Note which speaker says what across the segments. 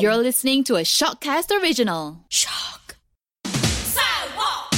Speaker 1: You're listening to a Shockcast original. Shock.
Speaker 2: 赛我。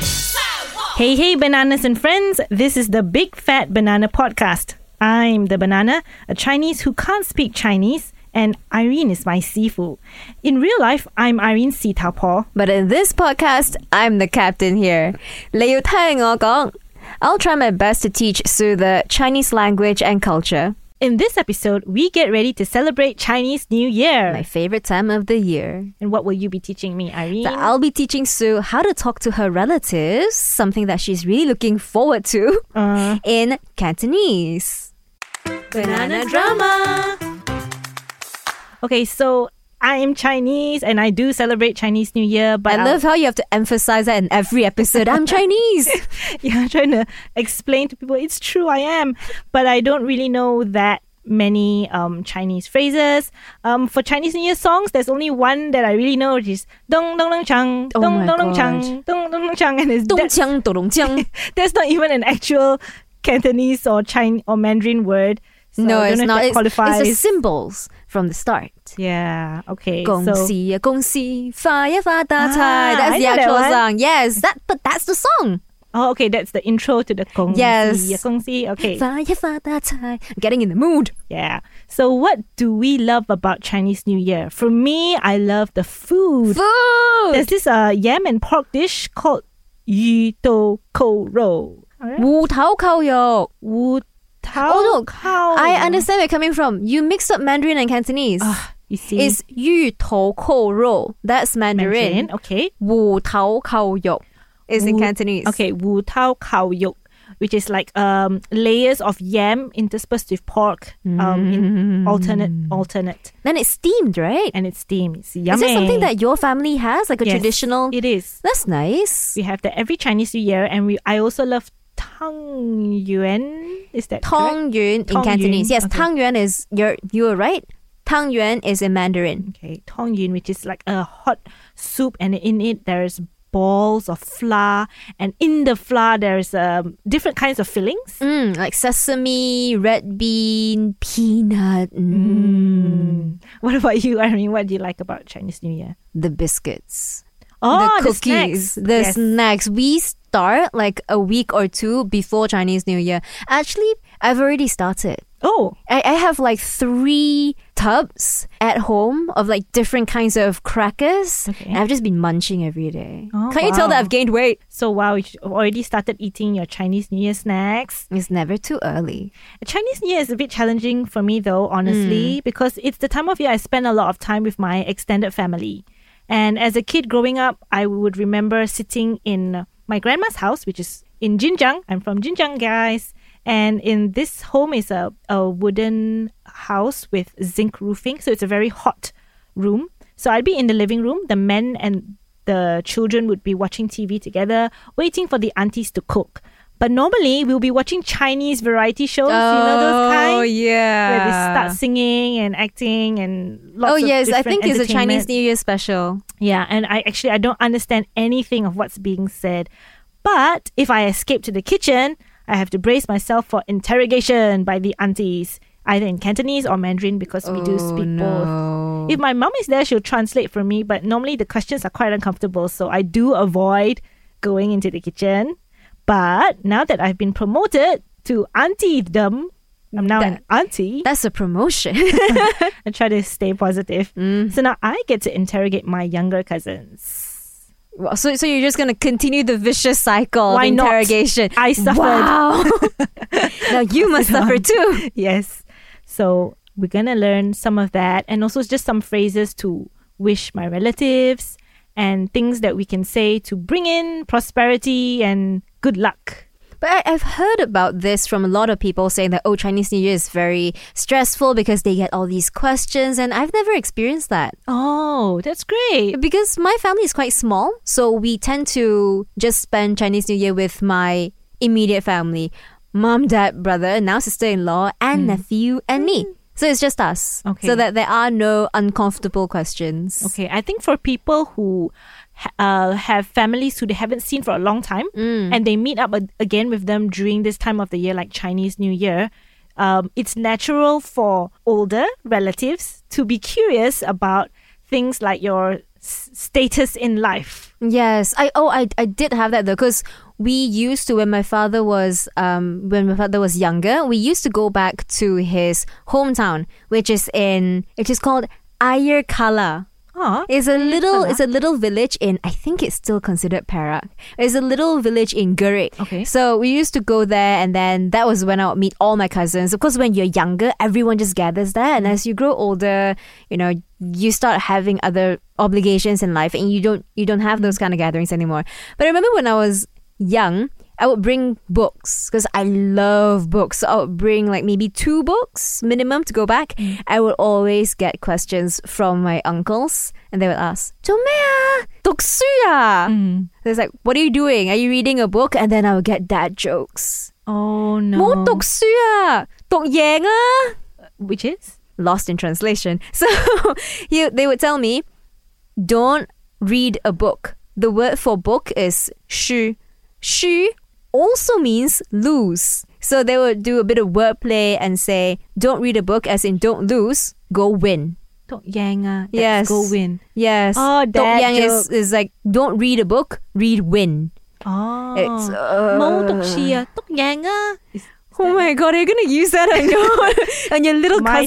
Speaker 2: 赛我，
Speaker 3: Hey, hey, bananas and friends. This is the Big Fat Banana Podcast. I'm the banana, a Chinese who can't speak Chinese, and Irene is my seafood. In real life, I'm Irene Sitapor.
Speaker 4: But in this podcast, I'm the captain here. 你要聽我講. I'll try my best to teach Sue the Chinese language and culture,
Speaker 3: In this episode, we get ready to celebrate Chinese New
Speaker 4: my
Speaker 3: Year.
Speaker 4: favorite time of the year.
Speaker 3: And what will you be teaching me, Irene?
Speaker 4: So I'll be teaching Sue how to talk to her relatives, something that she's really looking forward to,
Speaker 3: Uh,
Speaker 4: in Cantonese. Banana drama.
Speaker 3: okay, so I am Chinese and I do celebrate Chinese New Year, but
Speaker 4: I
Speaker 3: I'll-
Speaker 4: love how you have to emphasize that in every episode. I'm Chinese.
Speaker 3: yeah, I'm trying to explain to people it's true I am, but I don't really know that many um, Chinese phrases. Um, for Chinese New Year songs, there's only one that I really know, which is dong dong dong chang,
Speaker 4: Oh
Speaker 3: dong
Speaker 4: my
Speaker 3: dong dong chang,
Speaker 4: gosh.
Speaker 3: dong dong dong chang, and it's that,
Speaker 4: 咚锵咚咚锵.
Speaker 3: that's not even an actual Cantonese or Chinese or Mandarin word. So
Speaker 4: No,
Speaker 3: I don't
Speaker 4: it's
Speaker 3: know if
Speaker 4: not.
Speaker 3: that
Speaker 4: It's,
Speaker 3: qualifies.
Speaker 4: it's the symbols from the start.
Speaker 3: yeah. Okay. so
Speaker 4: 恭喜呀，恭喜，发呀发大财。
Speaker 3: Ah, I
Speaker 4: that's the
Speaker 3: know that
Speaker 4: actual
Speaker 3: one.
Speaker 4: song. Yes, that but that's the song.
Speaker 3: oh, okay. That's the intro to the gong.
Speaker 4: Yes.
Speaker 3: Okay.
Speaker 4: 发呀发大财. Getting in the mood.
Speaker 3: Yeah. So, what do we love about Chinese New Year? For me, I love the food. There's
Speaker 4: Food.
Speaker 3: this uh, yam and pork dish called yu do ko ro.
Speaker 4: yo.
Speaker 3: Wu tao
Speaker 4: Oh, look,
Speaker 3: kao.
Speaker 4: I understand where you're coming from. You mixed up Mandarin and Cantonese.
Speaker 3: You Ah, see,
Speaker 4: It's 芋头扣肉. That's
Speaker 3: Mandarin.
Speaker 4: Mandarin.
Speaker 3: Okay.
Speaker 4: 五头扣肉 is in
Speaker 3: Wu-
Speaker 4: Cantonese.
Speaker 3: Okay. Wu tao kao yok, which is like um, layers of yam interspersed with pork um,
Speaker 4: Mm-hmm.
Speaker 3: in alternate, alternate,
Speaker 4: Mm. Then it's steamed, right?
Speaker 3: and it's steamed. It's
Speaker 4: Is
Speaker 3: yummy.
Speaker 4: that something that your family has, like a
Speaker 3: Yes,
Speaker 4: traditional?
Speaker 3: It is.
Speaker 4: That's nice.
Speaker 3: We have that every Chinese New Year, and we I also love Tang Yuan. Is that correct?
Speaker 4: Tang Yun in
Speaker 3: Tongyuan,
Speaker 4: Cantonese. Yes,
Speaker 3: okay.
Speaker 4: Tang Yuan is your you were right. Tang Yuan is in Mandarin.
Speaker 3: Okay, Tang Yuan, which is like a hot soup, and in it there is balls of flour, and in the flour there is um, different kinds of fillings.
Speaker 4: Mm, like sesame, red bean, peanut, mm,
Speaker 3: What about you, Irene? What do you like about Chinese New Year?
Speaker 4: the biscuits,
Speaker 3: Oh,
Speaker 4: the cookies,
Speaker 3: snacks.
Speaker 4: the
Speaker 3: Yes.
Speaker 4: snacks. We start like a week or two before Chinese New Year. Actually, I've already started.
Speaker 3: Oh,
Speaker 4: I, I have like three tubs at home of like different kinds of crackers.
Speaker 3: Okay.
Speaker 4: And I've just been munching every day.
Speaker 3: Oh,
Speaker 4: Can't you tell
Speaker 3: wow.
Speaker 4: that I've gained weight?
Speaker 3: so wow, you already started eating your Chinese New Year snacks.
Speaker 4: It's never too early.
Speaker 3: Chinese New Year is a bit challenging for me though, honestly, because it's the time of year I spend a lot of time with my extended family. And as a kid growing up, I would remember sitting in my grandma's house, which is in Jinjiang. I'm from Jinjiang, guys. And in this home is a, a wooden house with zinc roofing, so it's a very hot room. So I'd be in the living room, the men and the children would be watching TV together, waiting for the aunties to cook. But normally we'll be watching Chinese variety shows, you know those kind
Speaker 4: Oh, yeah.
Speaker 3: where they start singing and acting and lots
Speaker 4: oh
Speaker 3: of
Speaker 4: yes, I
Speaker 3: different
Speaker 4: think it's a Chinese
Speaker 3: entertainment.
Speaker 4: New Year special.
Speaker 3: Yeah, and I actually I don't understand anything of what's being said. But if I escape to the kitchen, I have to brace myself for interrogation by the aunties, either in Cantonese or Mandarin because we do speak both. If my mom is there, she'll translate for me, but normally the questions are quite uncomfortable, so I do avoid going into the kitchen. But now that I've been promoted to auntiedom, I'm now an auntie.
Speaker 4: That's a promotion.
Speaker 3: I try to stay positive. So now I get to interrogate my younger cousins.
Speaker 4: Wow, so, so you're just gonna continue the vicious cycle
Speaker 3: Why
Speaker 4: of
Speaker 3: not?
Speaker 4: interrogation.
Speaker 3: I suffered.
Speaker 4: Wow. now you must suffer too.
Speaker 3: Yes. So we're going to learn some of that and also just some phrases to wish my relatives and things that we can say to bring in prosperity and good luck.
Speaker 4: But I, I've heard about this from a lot of people saying that oh Chinese New Year is very stressful because they get all these questions, and I've never experienced that.
Speaker 3: Oh, that's great.
Speaker 4: Because my family is quite small, so we tend to just spend Chinese New Year with my immediate family mom, dad, brother, now sister in law, and nephew, and me. So it's just us.
Speaker 3: Okay.
Speaker 4: So that there are no uncomfortable questions.
Speaker 3: Okay, I think for people who ha- uh, have families who they haven't seen for a long time
Speaker 4: Mm.
Speaker 3: and they meet up a- again with them during this time of the year, like Chinese New Year, um, it's natural for older relatives to be curious about things like your s- status in life.
Speaker 4: Yes, I oh I I did have that though because we used to when my father was um when my father was younger we used to go back to his hometown which is in it is called Ayerkala.
Speaker 3: Ah,
Speaker 4: It's a little it's a little village in I think it's still considered Perak. It's a little village in Gurik.
Speaker 3: Okay.
Speaker 4: So we used to go there and then that was when I would meet all my cousins. Of course when you're younger everyone just gathers there and as you grow older, you know, you start having other obligations in life and you don't you don't have those kind of gatherings anymore. But I remember when I was young, I would bring books because I love books. So I would bring like maybe two books minimum to go back. I would always get questions from my uncles and they would ask, Tomea, Toksuya. Mm. It's like, what are you doing? Are you reading a book? And then I would get dad jokes.
Speaker 3: oh no.
Speaker 4: Mo Toksuya, Tokyanga.
Speaker 3: Which is?
Speaker 4: Lost in translation. So you, they would tell me, don't read a book. The word for book is shu. Shu also means lose. So they would do a bit of wordplay and say, don't read a book as in don't lose, go win.
Speaker 3: Tok Yang. ah,
Speaker 4: Yes.
Speaker 3: Let's go win.
Speaker 4: Yes.
Speaker 3: Oh,
Speaker 4: Tok
Speaker 3: dad
Speaker 4: Yang is,
Speaker 3: joke.
Speaker 4: is like, don't read a book, read win.
Speaker 3: Oh.
Speaker 4: It's.
Speaker 3: Mo
Speaker 4: Uh,
Speaker 3: Tok Shi, ah, Tok Yang. ah. It's
Speaker 4: oh my god, are you going to use that on your, on your little
Speaker 3: my turn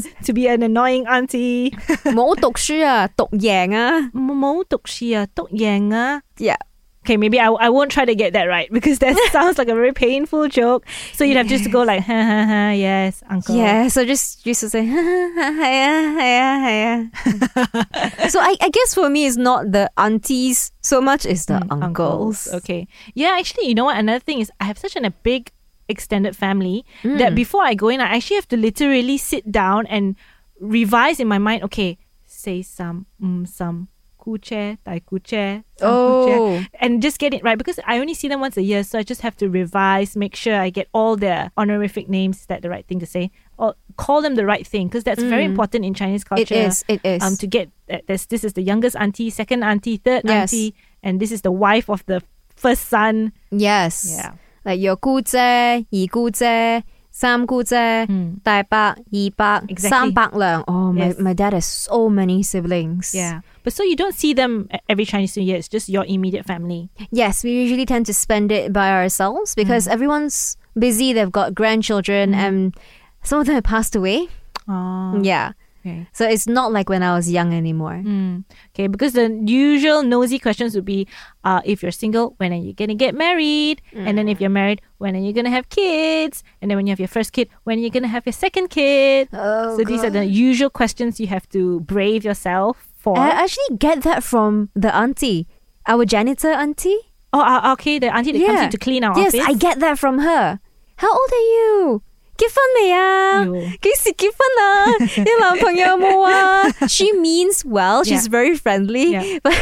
Speaker 4: cousins?
Speaker 3: to be an annoying auntie.
Speaker 4: 冇讀書啊，讀贏啊。
Speaker 3: 冇讀書啊，讀贏啊。
Speaker 4: Yeah.
Speaker 3: Okay, maybe I, I won't try to get that right because that sounds like a very painful joke. So you'd have just to go like, ha ha ha, yes, uncle.
Speaker 4: Yeah, so just used to say, hiya, hiya, hiya. so I, I guess for me, it's not the aunties so much, it's the Hmm, uncles.
Speaker 3: Okay. Yeah, actually, you know what? Another thing is I have such an, a big extended family
Speaker 4: Mm.
Speaker 3: that before I go in, I actually have to literally sit down and revise in my mind, okay, say some, mm, some, kuche, tai kuche, some kuche,
Speaker 4: Oh,
Speaker 3: and just get it right because I only see them once a year, so I just have to revise, make sure I get all their honorific names. Is that the right thing to say? Or call them the right thing because that's very important in Chinese culture.
Speaker 4: Mm. it is, it is.
Speaker 3: Um, to get uh, this, this is the youngest auntie, second auntie, third
Speaker 4: Yes.
Speaker 3: auntie, and this is the wife of the first son.
Speaker 4: yes.
Speaker 3: Yeah.
Speaker 4: Like your 姑姐,姨姑姐,三姑姐,
Speaker 3: Mm.
Speaker 4: 大伯,二伯,
Speaker 3: Exactly.
Speaker 4: 三伯娘. Oh, my,
Speaker 3: Yes.
Speaker 4: my dad has so many siblings.
Speaker 3: Yeah, but so you don't see them e- every Chinese New Year. It's just your immediate family.
Speaker 4: Yes, we usually tend to spend it by ourselves because
Speaker 3: Mm.
Speaker 4: everyone's busy, they've got grandchildren, and some of them have passed away.
Speaker 3: Oh,
Speaker 4: Yeah.
Speaker 3: okay.
Speaker 4: So it's not like when I was young anymore.
Speaker 3: Mm. Okay, because the usual nosy questions would be uh, if you're single, when are you going to get married? And then
Speaker 4: Mm.
Speaker 3: if you're married, when are you going to have kids? And then when you have your first kid, when are you going to have your second kid?
Speaker 4: Oh,
Speaker 3: so these are the usual questions you have to brave yourself for.
Speaker 4: I actually get that from the auntie, our janitor auntie.
Speaker 3: oh, uh, okay, the auntie that comes
Speaker 4: Yeah.
Speaker 3: in to clean our
Speaker 4: yes,
Speaker 3: office.
Speaker 4: I get that from her. How old are you? ah.
Speaker 3: 哎呦。
Speaker 4: 结婚未啊？几时结婚啊？你男朋友冇啊？She means well. She's very friendly.
Speaker 3: Yeah.
Speaker 4: But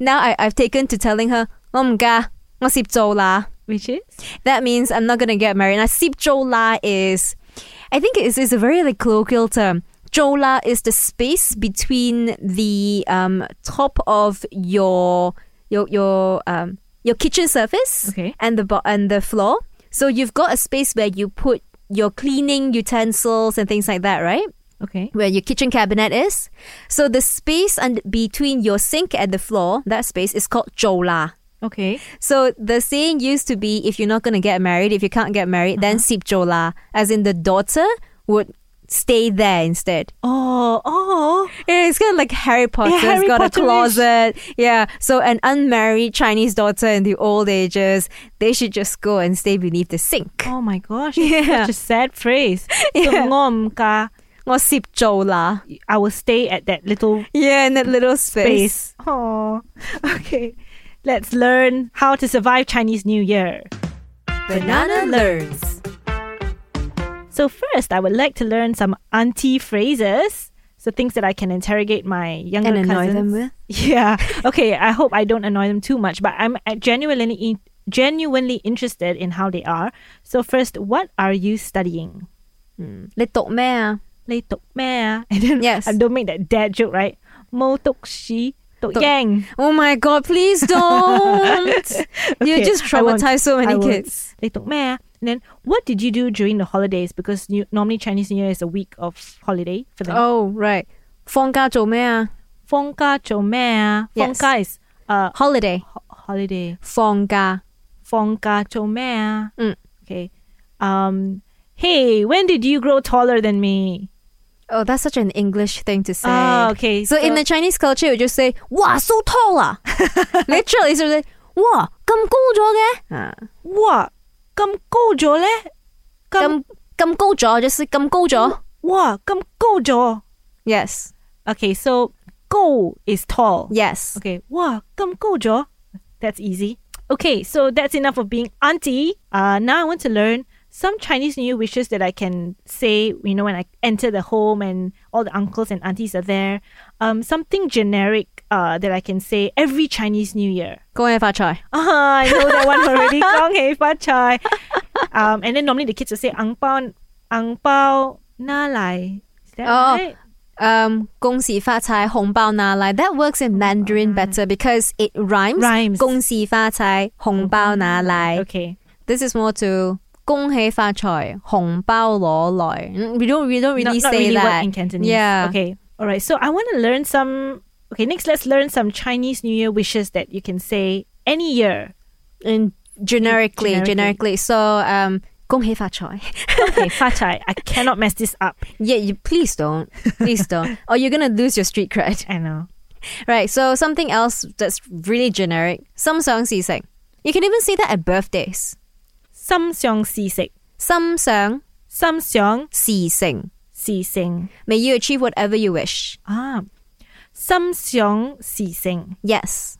Speaker 4: now I, I've taken to telling her, 我唔嫁，我攝做啦。
Speaker 3: Which is?
Speaker 4: That means I'm not gonna get married. Now, sip jola is, I think it is, is a very like colloquial term. Jola is the space between the um, top of your your your um, your kitchen surface
Speaker 3: Okay.
Speaker 4: and the bo- and the floor. So you've got a space where you put your cleaning utensils and things like that, right?
Speaker 3: Okay.
Speaker 4: where your kitchen cabinet is. So the space and between your sink and the floor, that space is called jola.
Speaker 3: Okay.
Speaker 4: So the saying used to be if you're not going to get married, if you can't get married, then
Speaker 3: Uh-huh.
Speaker 4: sip jola, as in the daughter would stay there instead.
Speaker 3: Oh, oh.
Speaker 4: Yeah, it's kind of like Harry Potter.
Speaker 3: Yeah, Harry
Speaker 4: it's got a
Speaker 3: Potter-ish.
Speaker 4: closet. Yeah. So an unmarried Chinese daughter in the old ages, they should just go and stay beneath the sink.
Speaker 3: Oh my gosh. it's
Speaker 4: Yeah.
Speaker 3: Such a sad phrase. So, ngom ka,
Speaker 4: Or sip jola.
Speaker 3: I will stay at that little
Speaker 4: Yeah, in that little space.
Speaker 3: space. Oh, okay. Let's learn how to survive Chinese New Year.
Speaker 4: Banana learns.
Speaker 3: So first, I would like to learn some auntie phrases. So things that I can interrogate my younger
Speaker 4: And annoy
Speaker 3: cousins.
Speaker 4: them with.
Speaker 3: Yeah. Okay. I hope I don't annoy them too much, but I'm uh, genuinely in- genuinely interested in how they are. So first, what are you studying?
Speaker 4: 你讀咩啊？
Speaker 3: 你讀咩啊？And then
Speaker 4: Yes.
Speaker 3: ah. I don't make that dad joke, right? 冇讀屎讀
Speaker 4: 讀
Speaker 3: 英，
Speaker 4: Oh my god, please don't.
Speaker 3: Okay,
Speaker 4: you just
Speaker 3: I won't.
Speaker 4: traumatize so
Speaker 3: I
Speaker 4: many
Speaker 3: won't.
Speaker 4: kids.
Speaker 3: They took meh. And then, what did you do during the holidays? Because you, normally Chinese New Year is a week of holiday for them.
Speaker 4: Oh, right. 放假做咩啊?
Speaker 3: Fongka chomea.
Speaker 4: Yes.
Speaker 3: Fongka is uh,
Speaker 4: Holiday.
Speaker 3: ho- holiday.
Speaker 4: 放假.
Speaker 3: Fongka chomea.
Speaker 4: Mm.
Speaker 3: Okay. Um, hey, when did you grow taller than me?
Speaker 4: Oh, that's such an English thing to say.
Speaker 3: Ah, okay.
Speaker 4: So, in the Chinese culture, you just say, "Wow, so tall ah." Literally, it's just like, "Wow, 咁高咗嘅?"
Speaker 3: 哇，咁高咗咧？咁-
Speaker 4: 咁-咁高咗，就是咁高咗。
Speaker 3: 哇，咁高咗。
Speaker 4: Yes.
Speaker 3: Okay, so 高 is tall.
Speaker 4: Yes.
Speaker 3: Okay, wow, come go, Jo. That's easy. Okay, so that's enough of being auntie. Uh, now I want to learn some Chinese New Year wishes that I can say, you know, when I enter the home and all the uncles and aunties are there. Um, something generic uh, that I can say every Chinese New Year.
Speaker 4: 恭喜發財。
Speaker 3: Ah, I know that one already. Gong hei fa chai. Um, and then normally the kids will say, ang pao, ang pao na lai. Is that
Speaker 4: Oh,
Speaker 3: right?
Speaker 4: Um, 恭喜發財，紅包拿來. That works in Mandarin better because it rhymes.
Speaker 3: Rhymes.
Speaker 4: 恭喜發財，紅包拿來.
Speaker 3: Okay.
Speaker 4: This is more to 恭喜發財，紅包攞來. Mm, We don't we don't really
Speaker 3: not,
Speaker 4: say
Speaker 3: not really
Speaker 4: that.
Speaker 3: work in Cantonese.
Speaker 4: Yeah.
Speaker 3: Okay. All right. So I want to learn some. Okay. Next, let's learn some Chinese New Year wishes that you can say any year.
Speaker 4: And generically,
Speaker 3: Generically.
Speaker 4: generically, So um 恭喜發財.
Speaker 3: Okay, Fatai, I cannot mess this up.
Speaker 4: yeah, you please don't. Please don't. or you're gonna lose your street cred.
Speaker 3: I know.
Speaker 4: Right, so something else that's really generic. Some songs you sing. You can even say that at birthdays.
Speaker 3: Samsung si sing.
Speaker 4: Some song
Speaker 3: Samsung
Speaker 4: si sing.
Speaker 3: si sing.
Speaker 4: May you achieve whatever you wish.
Speaker 3: Ah. Samsung si sing.
Speaker 4: Yes.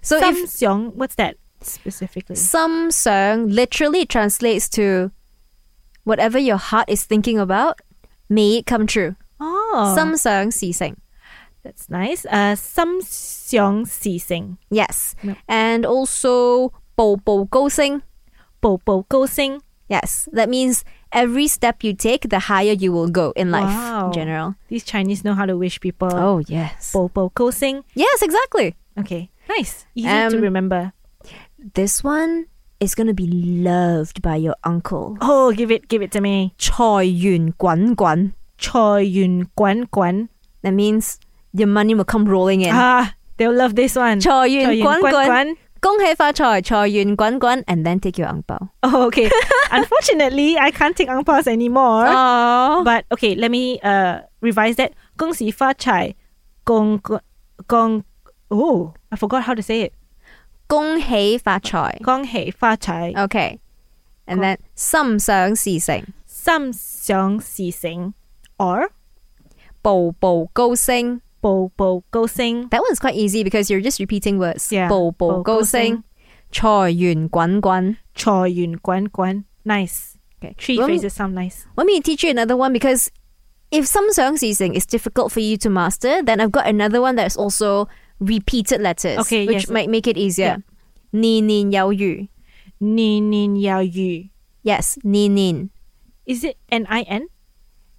Speaker 4: So if
Speaker 3: Samsung, what's that specifically?
Speaker 4: some song literally translates to whatever your heart is thinking about, may it come true.
Speaker 3: Oh.
Speaker 4: Some song si sing.
Speaker 3: that's nice. Uh, Samsung si sing.
Speaker 4: Yes.
Speaker 3: Yep.
Speaker 4: And also bo bo go sing.
Speaker 3: Bo bo go sing.
Speaker 4: Yes. That means every step you take, the higher you will go in life
Speaker 3: Wow.
Speaker 4: in general.
Speaker 3: These Chinese know how to wish people.
Speaker 4: Oh yes.
Speaker 3: Bo bo go sing.
Speaker 4: Yes, exactly.
Speaker 3: Okay, nice. Easy to
Speaker 4: Um,
Speaker 3: remember.
Speaker 4: This one is gonna be loved by your uncle.
Speaker 3: Oh, give it, give it to me.
Speaker 4: 财源滚滚.
Speaker 3: Choi Yun Guan Guan.
Speaker 4: That means your money will come rolling in.
Speaker 3: Ah, they'll love this one. Choi Yun
Speaker 4: 财源滚滚.
Speaker 3: 滚滚.
Speaker 4: 恭喜发财，财源滚滚, and then take your 红包.
Speaker 3: Oh, okay. Unfortunately, I can't take ang pass anymore.
Speaker 4: Oh,
Speaker 3: But okay, let me uh revise that. Gong si fa chai. Gong gong. Oh, I forgot how to say it.
Speaker 4: 恭喜发财.
Speaker 3: Gong hei fa chai.
Speaker 4: Okay, and then 心想事成,
Speaker 3: Sam xiong si sing. Or
Speaker 4: 步步高升.
Speaker 3: bo bo go sing.
Speaker 4: That one's quite easy because you're just repeating words.
Speaker 3: Yeah,
Speaker 4: 步步高升,财源滚滚.
Speaker 3: Choi Yun Guan Guan. Nice.
Speaker 4: Okay,
Speaker 3: Three
Speaker 4: let me-
Speaker 3: phrases sound nice.
Speaker 4: Let me teach you another one because if 心想事成 is difficult for you to master, then I've got another one that's also repeated letters,
Speaker 3: Okay,
Speaker 4: which
Speaker 3: yes.
Speaker 4: might make it easier. 年年有余.
Speaker 3: Ni nin yao yu.
Speaker 4: Yes, nin nin.
Speaker 3: Is it N I N?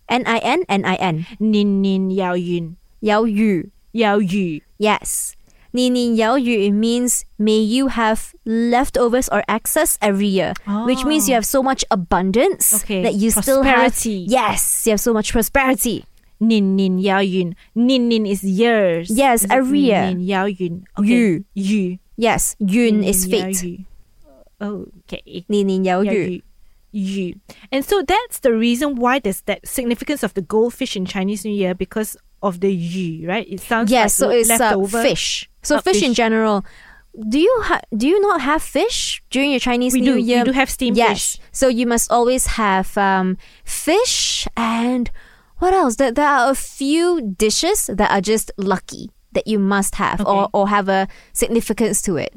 Speaker 4: N I N N I N.
Speaker 3: Nin nin yao yun.
Speaker 4: Yao yu.
Speaker 3: Yao yu.
Speaker 4: Yes. Nin nin yao yu it means may you have leftovers or excess every year, which means you have so much abundance
Speaker 3: Ah. Okay,
Speaker 4: that you still have
Speaker 3: prosperity.
Speaker 4: Yes, you have so much prosperity.
Speaker 3: Nin nin yao yun. Nin nin is years.
Speaker 4: Yes,
Speaker 3: Is it
Speaker 4: every
Speaker 3: nin
Speaker 4: year.
Speaker 3: Nin yao yun. Okay.
Speaker 4: Yu.
Speaker 3: Yu.
Speaker 4: Yes, yun is
Speaker 3: Nin yao
Speaker 4: fate.
Speaker 3: yu. Oh, okay.
Speaker 4: Nin nin yao
Speaker 3: Yao
Speaker 4: yu.
Speaker 3: yu. Yu. And so that's the reason why there's that significance of the goldfish in Chinese New Year because of the yu, right? It sounds like
Speaker 4: Yes, so it's uh,
Speaker 3: leftover.
Speaker 4: fish. So
Speaker 3: Uh,
Speaker 4: fish, in
Speaker 3: fish.
Speaker 4: general. Do you ha- do you not have fish during your Chinese
Speaker 3: We
Speaker 4: New
Speaker 3: do.
Speaker 4: Year?
Speaker 3: We do have steamed
Speaker 4: yes.
Speaker 3: fish.
Speaker 4: So you must always have um, fish and what else? There, there are a few dishes that are just lucky that you must have or,
Speaker 3: Okay.
Speaker 4: or have a significance to it.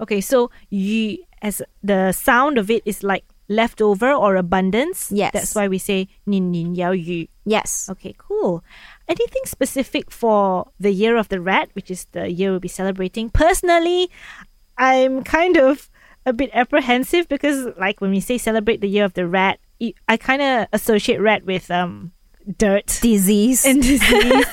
Speaker 3: Okay, so yu as the sound of it is like leftover or abundance.
Speaker 4: Yes.
Speaker 3: That's why we say nin nin yao yu.
Speaker 4: Yes.
Speaker 3: Okay, cool. Anything specific for the year of the rat, which is the year we'll be celebrating? Personally, I'm kind of a bit apprehensive because, like, when we say celebrate the year of the rat, it- I kind of associate rat with um dirt
Speaker 4: disease.
Speaker 3: and disease.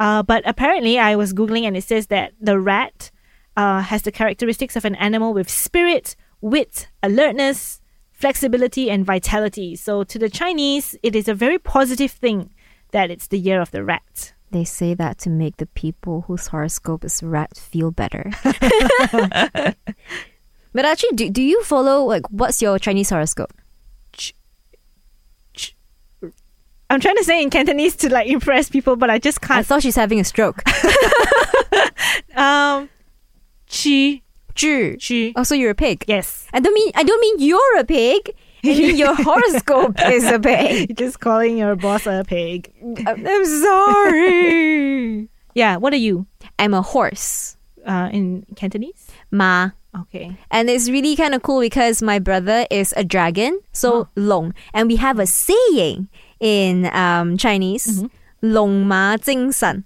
Speaker 3: uh, but apparently, I was googling, and it says that the rat uh, has the characteristics of an animal with spirit, wit, alertness, flexibility, and vitality. So, to the Chinese, it is a very positive thing that it's the year of the rat.
Speaker 4: they say that to make the people whose horoscope is rat feel better. but actually, do, do you follow like what's your Chinese horoscope?
Speaker 3: I'm trying to say in Cantonese to like impress people, but I just
Speaker 4: I
Speaker 3: can't.
Speaker 4: thought she's having a stroke.
Speaker 3: Um, chi
Speaker 4: Zhi.
Speaker 3: chi.
Speaker 4: Oh, so you're a pig.
Speaker 3: Yes,
Speaker 4: I don't mean I don't mean you're a pig. I mean your horoscope is a pig.
Speaker 3: you're just calling your boss a pig.
Speaker 4: I'm, I'm sorry.
Speaker 3: Yeah. What are you
Speaker 4: I'm a horse.
Speaker 3: uh, in Cantonese?
Speaker 4: Ma.
Speaker 3: Okay.
Speaker 4: And it's really kind of cool because my brother is a dragon, so long. And we have a saying in um, Chinese, long ma jing san.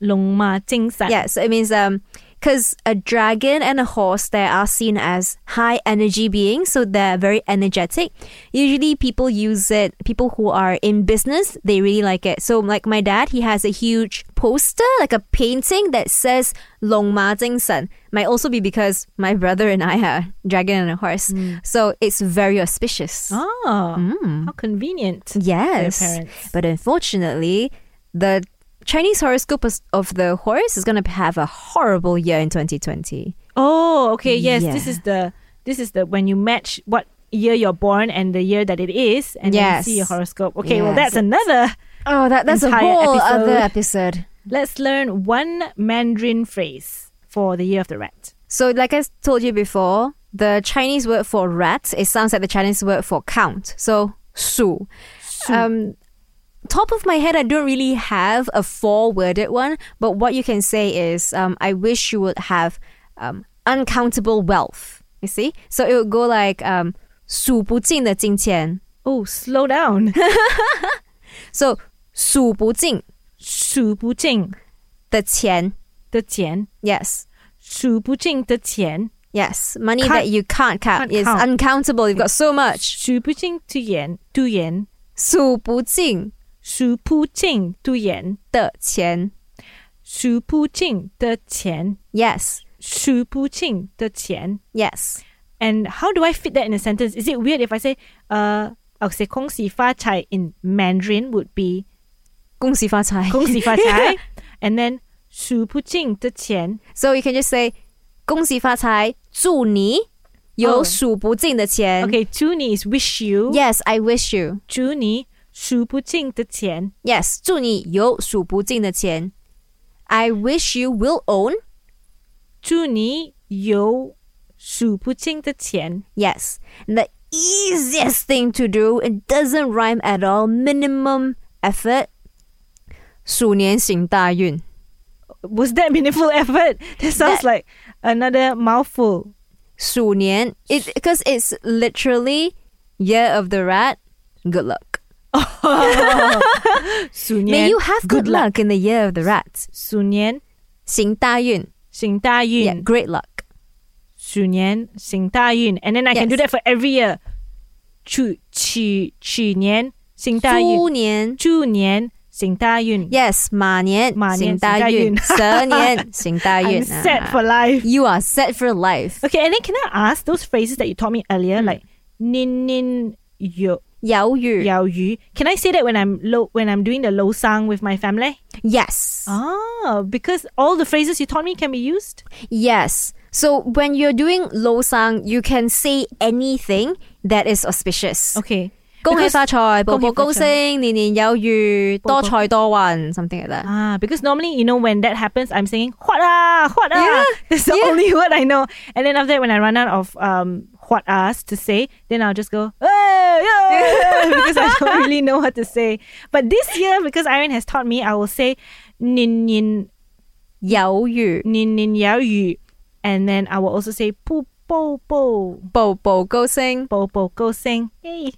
Speaker 3: Long ma jing san.
Speaker 4: Yeah, so it means um, because a dragon and a horse they are seen as high energy beings, so they're very energetic. Usually, people use it. People who are in business they really like it. So, like my dad, he has a huge poster, like a painting that says "Long Ma Jing San." Might also be because my brother and I are dragon and a horse, so it's very auspicious.
Speaker 3: Oh,
Speaker 4: Mm.
Speaker 3: how convenient.
Speaker 4: Yes.
Speaker 3: parents.
Speaker 4: But unfortunately, the Chinese horoscope is- of the horse is going to have a horrible year in 2020.
Speaker 3: Oh, okay. Yes, this
Speaker 4: Yeah.
Speaker 3: is the this is the when you match what year you're born and the year that it is, and
Speaker 4: Yes.
Speaker 3: then you see your horoscope. Okay, well
Speaker 4: Yes.
Speaker 3: that's another.
Speaker 4: Oh, that,
Speaker 3: that's a whole other
Speaker 4: episode.
Speaker 3: Let's learn one Mandarin phrase for the year of the rat.
Speaker 4: So, like I s- told you before, the Chinese word for rat, it sounds like the Chinese word for count. So, su. Um, top of my head, I don't really have a four worded one, but what you can say is, um, I wish you would have um, uncountable wealth. You see? So, it would go like, um, 数不尽的金钱.
Speaker 3: Oh, slow down.
Speaker 4: So, 数不尽的钱.
Speaker 3: 数不尽的钱,
Speaker 4: Yes.
Speaker 3: 数不尽的钱,
Speaker 4: Yes. Money
Speaker 3: Can't-
Speaker 4: that you can't count.
Speaker 3: can't
Speaker 4: is
Speaker 3: count.
Speaker 4: uncountable. You've got so much.
Speaker 3: 数不尽的钱,度言,
Speaker 4: 数不尽的钱.
Speaker 3: 数不尽度言,数不尽的钱,
Speaker 4: Yes.
Speaker 3: 数不尽的钱.
Speaker 4: Yes.
Speaker 3: And how do I fit that in a sentence? Is it weird if I say, uh, I'll say 恭喜发财 in Mandarin would be
Speaker 4: 恭喜发财.
Speaker 3: 恭喜发财, and then 数不尽的钱,
Speaker 4: So you can just say
Speaker 3: 哦。
Speaker 4: 恭喜发财,祝你有数不尽的钱.
Speaker 3: okay, 祝你 is wish you,
Speaker 4: Yes, I wish you.
Speaker 3: 祝你数不尽的钱,
Speaker 4: Yes, 祝你有数不尽的钱. I wish you will own.
Speaker 3: 祝你有数不尽的钱.
Speaker 4: Yes. And the easiest thing to do, it doesn't rhyme at all, minimum effort. 鼠年行大运.
Speaker 3: Was that meaningful effort? That sounds
Speaker 4: That-
Speaker 3: like another mouthful.
Speaker 4: 鼠年, it, because it's literally year of the rat, good luck. May you have good, luck. in the year of the rat.
Speaker 3: 鼠年行大运.
Speaker 4: 行大运. Yeah, great luck.
Speaker 3: 鼠年行大运. And then I can
Speaker 4: Yes.
Speaker 3: do that for every year. 去去去年行大运.
Speaker 4: 猪年.
Speaker 3: 猪年行大运.
Speaker 4: Yes, 马年.
Speaker 3: 马
Speaker 4: 行
Speaker 3: 年，
Speaker 4: 大运.蛇年.
Speaker 3: I'm
Speaker 4: 行大运.
Speaker 3: set
Speaker 4: Ah.
Speaker 3: for life.
Speaker 4: You are set for life.
Speaker 3: Okay, and then can I ask those phrases that you taught me earlier, like nin nin yo
Speaker 4: 有雨.
Speaker 3: yao yu? Can I say that when I'm low when I'm doing the low sang with my family?
Speaker 4: Yes.
Speaker 3: Ah, because all the phrases you taught me can be used.
Speaker 4: Yes. So when you're doing low sang, you can say anything that is auspicious.
Speaker 3: Okay. Because-
Speaker 4: 恭喜发财,步
Speaker 3: 恭喜发财。
Speaker 4: 步高升,年年有余,
Speaker 3: 步步
Speaker 4: 多
Speaker 3: -
Speaker 4: 财多运, something like that.
Speaker 3: Ah, because normally you know when that happens, I'm saying what ah what ah.
Speaker 4: Yeah,
Speaker 3: That's the
Speaker 4: yeah.
Speaker 3: only word I know. And then after that, when I run out of um what ahs to say, then I'll just go hey, yeah," because I don't really know what to say. But this year, because Irene has taught me, I will say nin nin
Speaker 4: 有余,
Speaker 3: 年年有余，and then I will also say 步步步
Speaker 4: 步步高升,
Speaker 3: 步步高升，耶！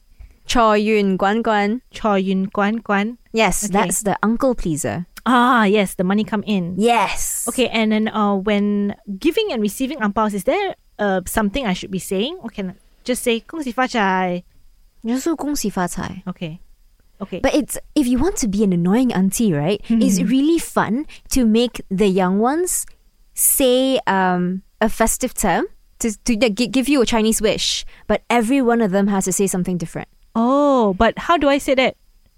Speaker 4: 财源滚滚.
Speaker 3: 财源滚滚。
Speaker 4: Yes,
Speaker 3: Okay.
Speaker 4: that's the uncle pleaser.
Speaker 3: Ah, yes, the money come in.
Speaker 4: Yes.
Speaker 3: Okay, and then uh, when giving and receiving angpaos, is there uh something I should be saying? Or can I just say 恭喜发财
Speaker 4: 你说恭喜发财.
Speaker 3: Okay. Okay.
Speaker 4: But it's if you want to be an annoying auntie, right? It's really fun to make the young ones say um, a festive term to, to like, gi- give you a Chinese wish, but every one of them has to say something different.
Speaker 3: oh, but how do I say that?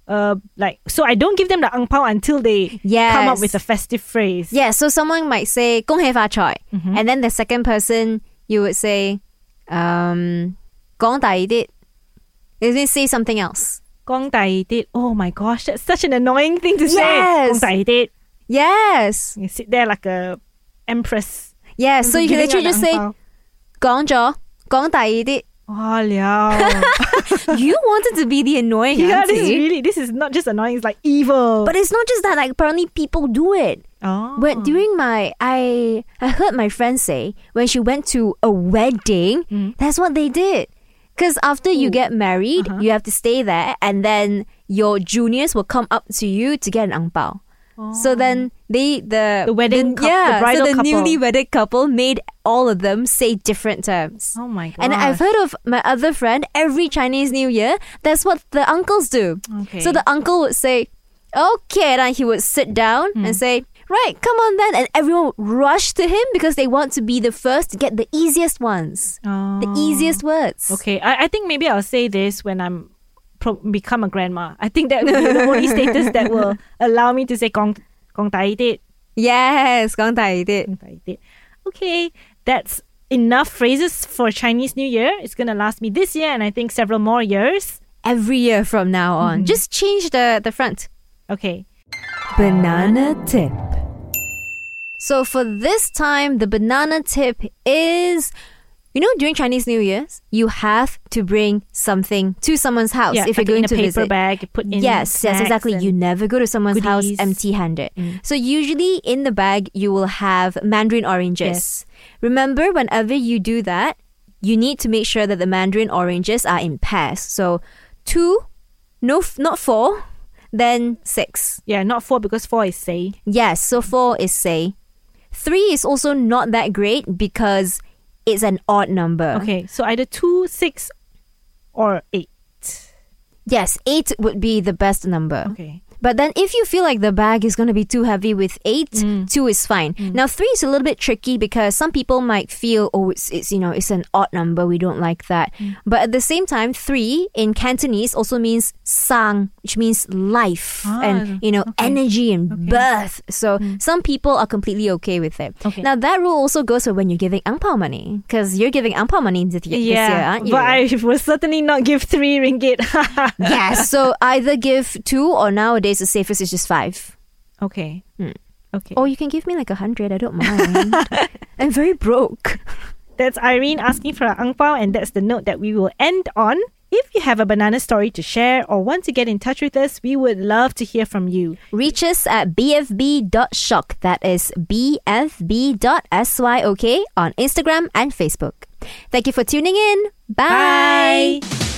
Speaker 3: Uh, like so I don't give them the ang pao until they come up
Speaker 4: Yes.
Speaker 3: with a festive phrase.
Speaker 4: Yeah, so someone might say "Gong Hei Fa Choi," and then the second person you would say um, "Gong Dai Did." They didn't say something else.
Speaker 3: Gong dai did. Oh my gosh, that's such an annoying thing to say.
Speaker 4: Yes.
Speaker 3: Gong dai did.
Speaker 4: Yes,
Speaker 3: You sit there like a empress.
Speaker 4: yes. So you can
Speaker 3: giving
Speaker 4: literally
Speaker 3: out
Speaker 4: just
Speaker 3: the
Speaker 4: say
Speaker 3: ang pao.
Speaker 4: "Gong Jo," "Gong Dai Did."
Speaker 3: Oh, liao.
Speaker 4: You wanted to be the annoying
Speaker 3: yeah,
Speaker 4: auntie.
Speaker 3: this is really this is not just annoying. It's like evil.
Speaker 4: But it's not just that. Like apparently, people do it.
Speaker 3: oh,
Speaker 4: When during my, I I heard my friend say when she went to a wedding,
Speaker 3: Hmm.
Speaker 4: that's what they did. Because after you get married,
Speaker 3: Uh-huh.
Speaker 4: you have to stay there, and then your juniors will come up to you to get an ang pao. So then they the
Speaker 3: Oh. The wedding cou- the
Speaker 4: yeah
Speaker 3: bridal
Speaker 4: so the
Speaker 3: couple.
Speaker 4: newly wedded couple made all of them say different terms.
Speaker 3: oh my god.
Speaker 4: And I've heard of my other friend, every Chinese New Year, that's what the uncles do.
Speaker 3: Okay.
Speaker 4: So the uncle would say, okay, and then he would sit down
Speaker 3: Hmm.
Speaker 4: and say, right, come on then. And everyone would rush to him because they want to be the first to get the easiest ones,
Speaker 3: Oh.
Speaker 4: the easiest words.
Speaker 3: Okay, I, I think maybe I'll say this when I'm pro- become a grandma. I think that will be the only status that will allow me to say gong gong dai did.
Speaker 4: Yes, 讲大一点.
Speaker 3: Gong dai did. Okay, that's enough phrases for Chinese New Year. It's gonna last me this year and I think several more years.
Speaker 4: Every year from now on,
Speaker 3: Mm-hmm.
Speaker 4: just change the, the front.
Speaker 3: Okay.
Speaker 4: Banana tip. So for this time, the banana tip is you know, during Chinese New Year's, you have to bring something to someone's house if you're
Speaker 3: like in
Speaker 4: going
Speaker 3: a
Speaker 4: to
Speaker 3: paper
Speaker 4: visit.
Speaker 3: bag, you put in
Speaker 4: yes, yes,
Speaker 3: snacks
Speaker 4: exactly.
Speaker 3: and-
Speaker 4: You never go to someone's house
Speaker 3: goodies. Mm.
Speaker 4: empty handed. So usually in the bag you will have mandarin oranges. Remember whenever you do that, you need to make sure that the mandarin oranges are in pairs. So two, no f- not four, then six.
Speaker 3: yeah, not four because four is say.
Speaker 4: Yes, so four is say. Three is also not that great because it's an odd number.
Speaker 3: Okay, so either two, six, or eight.
Speaker 4: Yes, eight would be the best number.
Speaker 3: Okay.
Speaker 4: But then if you feel like the bag is going to be too heavy with eight,
Speaker 3: Mm.
Speaker 4: two is fine. Now three is a little bit tricky because some people might feel, oh, it's, it's you know, it's an odd number. We don't like that.
Speaker 3: Mm.
Speaker 4: But at the same time, three in Cantonese also means sang, which means life
Speaker 3: Ah, Mm.
Speaker 4: and you know energy and birth. So some people are completely okay with it.
Speaker 3: Okay.
Speaker 4: Now that rule also goes for when you're giving ang pao money because you're giving ang pao money this, y- this year, aren't you?
Speaker 3: but I will certainly not give three ringgit.
Speaker 4: yes. So either give two or nowadays the safest is just five.
Speaker 3: Okay. Okay.
Speaker 4: Or you can give me like a hundred. I don't mind. I'm very broke.
Speaker 3: That's Irene asking for an ang pao, and that's the note that we will end on. If you have a banana story to share or want to get in touch with us, we would love to hear from you.
Speaker 4: Reach us at bfb.shock. That is bfb.syok on Instagram and Facebook. Thank you for tuning in. Bye.
Speaker 3: Bye.